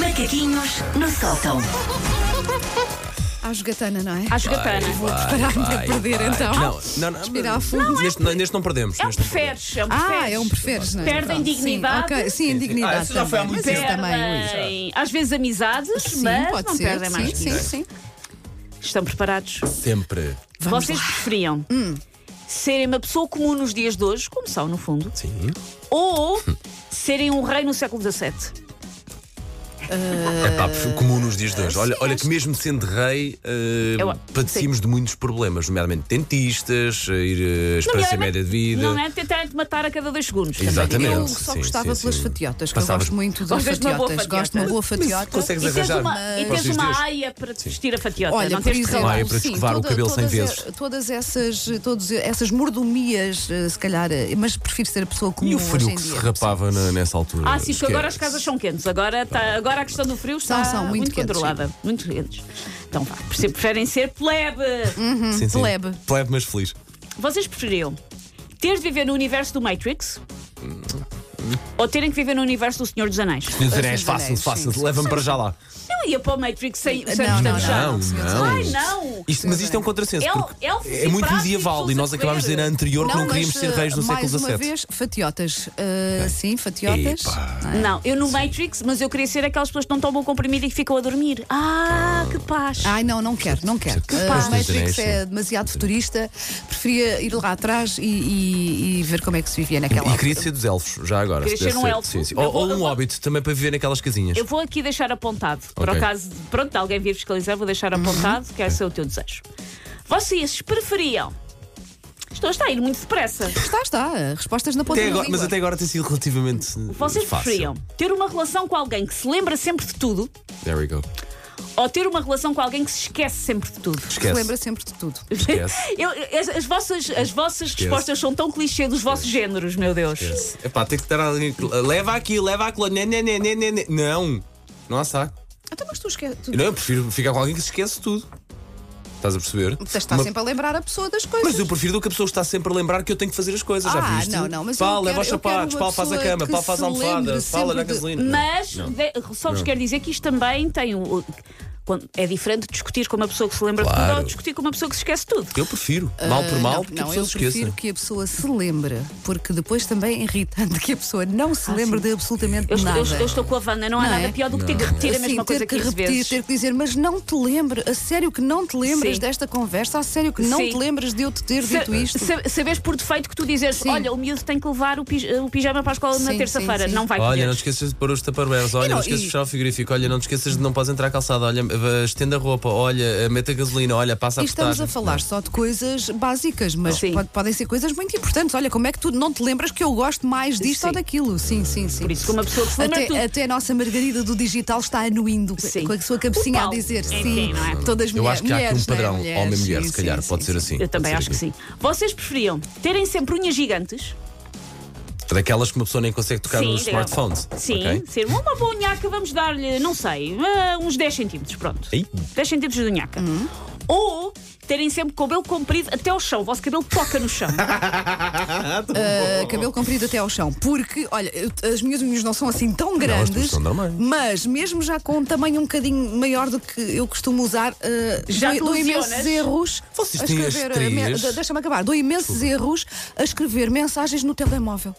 Macaquinhos no sótão. À jogatana, não é? À jogatana. Vou preparar-me é para perder, então. Não, não, não. Respirar a fundo. Mas neste, não neste não perdemos. É um neste não perdemos. preferes. É um preferes. Ah, é um preferes, não é? Perdem Pronto, dignidade. Sim, ok, sim, a dignidade. Ah, isso já foi há também. muito Mas isso tempo. também, Luís. Perdem, às vezes, amizades, Sim, mas pode não ser. perdem mais. Sim, sim, sim. Estão preparados? Sempre. Vamos Vocês lá. Hum. preferiam serem uma pessoa comum nos dias de hoje, como são, no fundo, Sim. ou Hum. serem um rei no século XVII? Eh, É pá, comum nos dias de hoje. Olha, olha que mesmo sendo rei, eh, Eu- padecíamos de muitos problemas, nomeadamente dentistas, eh, ir à esperança Nomeadamente, média de vida. Não é tentar te matar a cada dois segundos. Exatamente. Eu só Sim, gostava sim, pelas sim. fatiotas, que Passavas- eu gosto muito das Gostas de uma boa fatiotas. fatiota? Gosto de uma boa fatiota. consegues E tens, arranjar uma, e para os tens dias de uma hoje? aia para te vestir a fatiota. Olha, não por tens de exemplo, ralar. Ah, é para sim, escovar o toda- cabelo cem todas vezes. a- Todas essas, todos, essas mordomias, eh, se calhar, eh, mas prefiro ser a pessoa comum E o hoje frio em que se dia. rapava na- nessa altura. Ah, sim, porque agora as Esquece. casas são quentes. Agora, tá, agora a questão do frio está São, são, muito quentes, controlada. Muito quentes. Então vá, perce- preferem ser plebe. Hum? Sim, sim. Plebe. Plebe, mas feliz. Vocês preferiam ter de viver no universo do Matrix ou terem que viver no universo do Senhor dos Anéis? Senhor dos Senhor Anéis, dos façam-se, Anéis, façam-se, sim. é leva-me para já lá. Eu ia para o Matrix sem, sem Não, não, já. não, senhor dos não. Ai, não. Isto, mas isto é um contrassenso, É um- porque é um é muito prático, medieval e nós são acabámos de dizer na saber. anterior que não mas, queríamos ser eh, reis no século Mais uma XVII. vez, fatiotas. Eh, sim, fatiotas. Epá. Não, eu no Matrix, mas eu queria ser aquelas pessoas que não tomam comprimido e que ficam a dormir. Ah, que paz. Ai, não, não quero, não quero. Que Eh, paz. o Matrix Interesse. é demasiado futurista. Preferia ir lá atrás e, e- e ver como é que se vivia naquela E altura. queria ser dos elfos, já agora. Queria se deve ser um elfo. Sim, sim. Eu Ou, vou- ou eu um vou- hobbit também para viver naquelas casinhas. Eu vou aqui deixar apontado. Por Ok. Uhum. acaso, pronto, alguém vir fiscalizar, vou deixar apontado, que esse é o teu desejo. Vocês preferiam. Estou está a ir muito depressa. Está, está. eh, Respostas na ponta Até da agora- mas língua. é até agora tem sido relativamente. Vocês fácil. preferiam ter uma relação com alguém que se lembra sempre de tudo There we go. ou ter uma relação com alguém que se esquece sempre de tudo? Se Esquece. lembra sempre de tudo. Esquece. Eu- as, as vossas, as vossas respostas são tão clichê dos vossos géneros, meu Deus. Esquece. Epá, tem que estar ali. Leva aqui, leva aquilo. Né, né, né, né, né, né. Não. Não há saco. Até Então, mas tu esqueces. Eu Não, eu prefiro ficar com alguém que se esquece tudo. Estás a perceber? Estás é Uma- sempre a lembrar a pessoa das coisas. Mas eu prefiro do que a pessoa está sempre a lembrar que eu tenho que fazer as coisas. já Ah, viste? não, não, mas eu Pá, quero- leva os eu quero sapatos, uma pá, faz a pessoa cama, que pá, faz a se almofada, lembre pá, olha a sempre de- gasolina. Mas de- só vos quero dizer que isto também tem. o- o- quando- é diferente discutir com uma pessoa que se lembra de tudo Claro. ou discutir com uma pessoa que se esquece de tudo. Eu prefiro. Mal por Ah, mal, não, porque a não, pessoa eu se esqueça. prefiro que a pessoa se lembre, porque depois também é irritante que a pessoa não Ah, se lembre de absolutamente Eu, estou- nada. eu- eu estou com a Wanda, não há Não nada é? pior do que ter que repetir a Assim, mesma coisa ter que 15 repetir, vezes. ter que dizer, mas não te lembro, a sério que não te lembras Sim. desta conversa, a sério que não Sim. te lembras de eu te ter dito isto. sa- sabes por defeito que tu dizes, Sim. olha, o miúdo tem que levar o, pij- o pijama para a escola na Sim, terça-feira. sim, sim. Não vai Olha, não poder. te esqueças de pôr os taparwares. Olha, E não, não, te esqueças e- de fechar o frigorífico. Olha, não te esqueças de não podes entrar à calçada. Olha, eh, estende a roupa. Olha, eh, mete a gasolina. Olha, passa E a estamos postagem. a falar só de coisas básicas, mas Sim. pode- podem ser coisas muito importantes. Olha, como é que tu não te lembras que eu gosto mais disto Sim. ou daquilo? Sim, sim, sim. Por isso, que uma pessoa que se lembra de tudo. Até, até a nossa Margarida do digital está anuindo Sim. com a sua O cabecinha a Paulo. dizer sim. Sim, sim, não é? Todas Eu mulher- acho que há aqui um né? mulheres, não é? padrão Mulheres, homem-mulher, sim, se calhar. sim, pode sim, ser sim. assim. Eu também pode acho ser que sim. Vocês preferiam terem sempre unhas gigantes? assim. Daquelas que uma pessoa nem consegue tocar nos digam. smartphones. Sim, ok? ser uma boa unhaca, vamos dar-lhe, não sei, ah, uns 10 centímetros, pronto. Ei. 10 centímetros de unhaca. Uhum. Ou terem sempre cabelo comprido até ao chão, o vosso cabelo toca no chão. Uh, cabelo comprido até ao chão. Porque, olha, eu- as minhas unhas não são assim tão grandes, são tamanho. mas mesmo já com um tamanho um bocadinho maior do que eu costumo usar, uh, Já dou, te dou lesionas? imensos erros Vocês a têm as escrever. três. uh, me- de- Deixa-me acabar, dou imensos erros a escrever mensagens no telemóvel.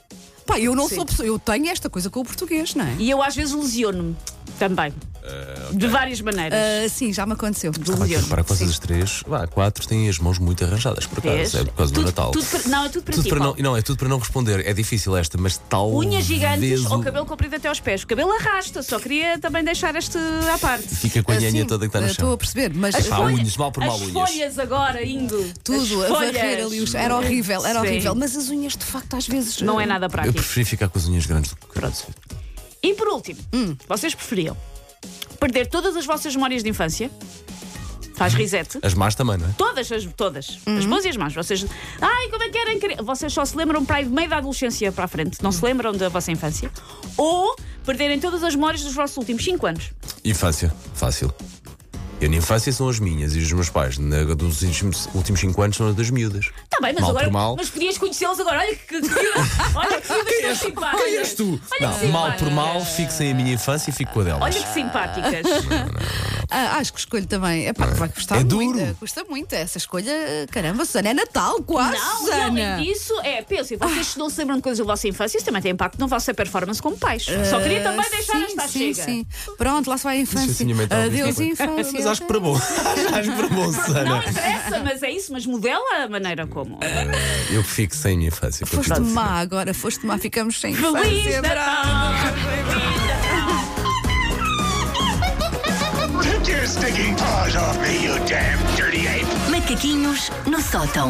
Pá, eu não Sim. sou pessoa, eu tenho esta coisa com o português, não é? E eu às vezes lesiono-me também. Eh, De várias maneiras. Uh, sim, já me aconteceu. Vai ter é que reparar que vocês as três, vá, quatro têm as mãos muito arranjadas, por Vês? acaso. É por causa Tudo- do Natal. tudo para- não, é tudo para ti, não, Paulo. não, é tudo para não responder. É difícil esta, mas tal. Unhas gigantes ou cabelo comprido até aos pés. O cabelo arrasta, só queria também deixar este à parte. Fica com a Assim, nhanha toda que está uh, no Estou a chão. perceber, mas Epá, foi- unhas, mal por mal as unhas. folhas agora indo. tudo as a folhas. varrer ali os... Era horrível, era Sim. horrível. Mas as unhas, de facto, às vezes... Não é uh, nada Eu prático. prefiro ficar com as unhas grandes do que Pronto. E por último, Hum. vocês preferiam perder todas as vossas memórias de infância? Faz reset. As más também, não é? Todas, as, todas. As Uhum. boas e as más. Vocês. Ai, como é que eram? cri- Vocês só se lembram para aí de meio da adolescência para a frente. Uhum. Não se lembram da vossa infância. Ou perderem todas as memórias dos vossos últimos 5 anos. Infância, fácil. Eu na infância são as minhas e os meus pais, na, dos últimos- últimos 5 anos, são as das miúdas. Tá bem, mas Mal agora. por mal. Mas podias conhecê-los agora. Olha que. Olha que simpáticas. simpáticas. Quem és tu? Olha que Não, mal por simpáticas. mal, fico sem a minha infância e fico com a delas. Olha que simpáticas. Ah, acho que escolho também. É pá, vai custar É muito. duro. Custa muito essa escolha. Caramba, Susana, é Natal quase. Não, e Susana. além disso, é, pensem, vocês não se lembram de coisas da vossa infância, isso também tem impacto na vossa performance como pais. Só queria também Ah, deixar sim, esta sim, chega. sim. Pronto, lá se vai a assim. Não sei se infância. a minha mãe está a ouvir Adeus, também. infância. Mas acho que para bom. acho que para bom, Não Susana. interessa, mas é isso, mas modela a maneira como. Eu que fico sem a minha infância. porque eu Foste preciso- má agora, foste má, ficamos sem Feliz infância. Natal! Take your stinking paws off me, you damn dirty ape! Macaquinhos no sótão.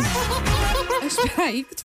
Espera aí, que